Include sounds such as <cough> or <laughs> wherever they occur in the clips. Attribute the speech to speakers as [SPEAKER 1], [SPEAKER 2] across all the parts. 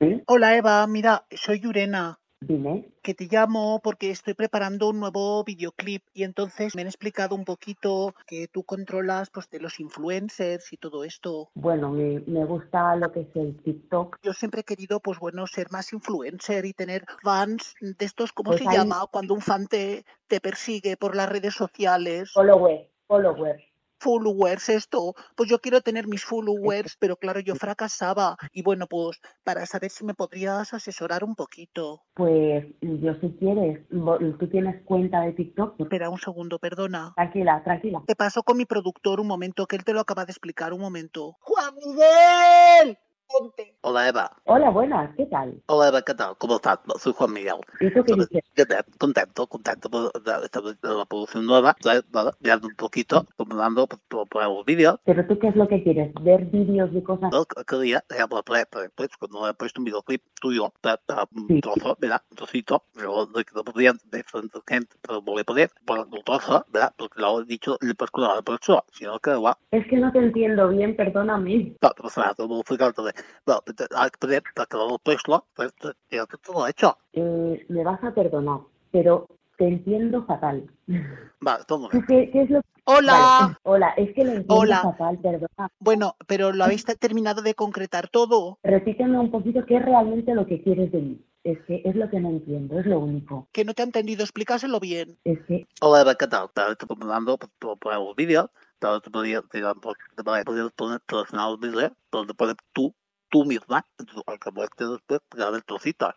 [SPEAKER 1] ¿Sí?
[SPEAKER 2] Hola Eva, mira, soy Yurena,
[SPEAKER 1] Dime.
[SPEAKER 2] que te llamo porque estoy preparando un nuevo videoclip y entonces me han explicado un poquito que tú controlas pues de los influencers y todo esto.
[SPEAKER 1] Bueno, me, me gusta lo que es el TikTok.
[SPEAKER 2] Yo siempre he querido pues bueno ser más influencer y tener fans de estos, ¿cómo
[SPEAKER 1] Pues
[SPEAKER 2] se
[SPEAKER 1] ahí-
[SPEAKER 2] llama? Cuando un fan te, te persigue por las redes sociales,
[SPEAKER 1] Follower, follower.
[SPEAKER 2] followers, esto. Pues yo quiero tener mis followers, pero claro, yo fracasaba y bueno, pues para saber si me podrías asesorar un poquito.
[SPEAKER 1] Pues yo si quieres, vo- tú tienes cuenta de TikTok.
[SPEAKER 2] Espera un segundo, perdona.
[SPEAKER 1] Tranquila, tranquila.
[SPEAKER 2] Te paso con mi productor un momento, que él te lo acaba de explicar un momento. ¡Juan Miguel! Ponte. Hola, Eva.
[SPEAKER 1] Hola, buenas, ¿qué tal?
[SPEAKER 2] Hola, Eva, ¿qué tal? ¿Cómo estás? Soy Juan Miguel.
[SPEAKER 1] ¿Y tú qué dices?
[SPEAKER 2] ¿Qué tal? Contento, contento por la- esta nueva producción nueva. ¿sabes? Nada, Mirando un poquito, acomodando por, por, por los vídeos.
[SPEAKER 1] ¿Pero tú qué es lo que quieres? ¿Ver vídeos de cosas?
[SPEAKER 2] ¿no? Que- que día te llamo para- para después, cuando he puesto un videoclip tuyo, para- para un
[SPEAKER 1] Sí.
[SPEAKER 2] trozo, ¿verdad? Un trocito, pero no, que no podía, de frente a gente, pero voy a poner por un trozo, ¿verdad? Porque lo he dicho, le he puesto la persona, si no, que va,
[SPEAKER 1] Es que no te entiendo bien, perdóname.
[SPEAKER 2] No, no pasa nada, no me explicar todo. No, te- te- hay que poner para que lo puesto, pues te- ya que todo hecho.
[SPEAKER 1] Eh, me vas a perdonar, pero te entiendo fatal. <laughs>
[SPEAKER 2] Vale, todo
[SPEAKER 1] ¿Tú
[SPEAKER 2] bien.
[SPEAKER 1] ¿Qué, qué es lo Vale.
[SPEAKER 2] Hola.
[SPEAKER 1] Hola, es que lo entiendo
[SPEAKER 2] Hola.
[SPEAKER 1] fatal, perdona.
[SPEAKER 2] Bueno, pero lo habéis terminado de concretar todo.
[SPEAKER 1] Repíteme un poquito qué es realmente lo que quieres de mí. Es que es lo que no entiendo, es lo único.
[SPEAKER 2] Que no te ha entendido, explícaselo bien.
[SPEAKER 1] Es que
[SPEAKER 2] Hola, Eva, ¿qué tal? Estaba recomendando por, por, por los vídeos. Estaba recomendando, digamos, por- te voy a poder poner relacionado los vídeos, donde pones tú, tú misma, entonces, al que muestre después, pegar el trocito.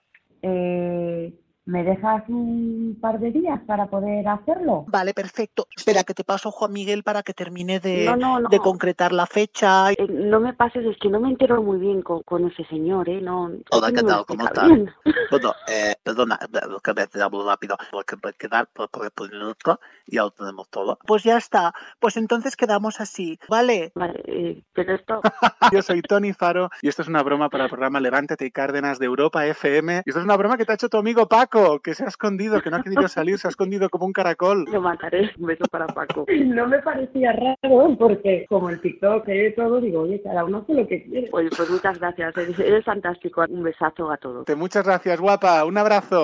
[SPEAKER 1] eh, me dejas un par de días para poder hacerlo.
[SPEAKER 2] Vale, perfecto. Espera, que te paso Juan Miguel para que termine de,
[SPEAKER 3] No, no, no.
[SPEAKER 2] Eh, de concretar la fecha.
[SPEAKER 3] Eh, no me pases, es que no me entero muy bien con, con ese señor, ¿eh? No,
[SPEAKER 2] Hola,
[SPEAKER 3] es que
[SPEAKER 2] ¿qué
[SPEAKER 3] no me
[SPEAKER 2] tal?
[SPEAKER 3] lo
[SPEAKER 2] ¿Cómo
[SPEAKER 3] explica
[SPEAKER 2] estás?
[SPEAKER 3] bien.
[SPEAKER 2] Bueno, eh, perdona, lo que me hablo rápido, porque puede quedar por corresponder otro y ya lo tenemos todo. Pues ya está, pues entonces quedamos así, ¿vale?
[SPEAKER 3] <laughs> Vale, eh, pero esto...
[SPEAKER 4] Yo soy Tony Faro y esto es una broma para el programa Levántate y Cárdenas de Europa FM. Y esto es una broma que te ha hecho tu amigo Paco, que se ha escondido, que no ha querido salir, se ha escondido como un caracol.
[SPEAKER 3] Lo mataré. Un beso para Paco.
[SPEAKER 1] <laughs> No me parecía raro porque como el TikTok y todo, digo, oye, cada uno hace lo que quiere.
[SPEAKER 3] Oye, pues muchas gracias. Eres, eres fantástico. Un besazo a todos.
[SPEAKER 4] Te- Muchas gracias, guapa. Un abrazo.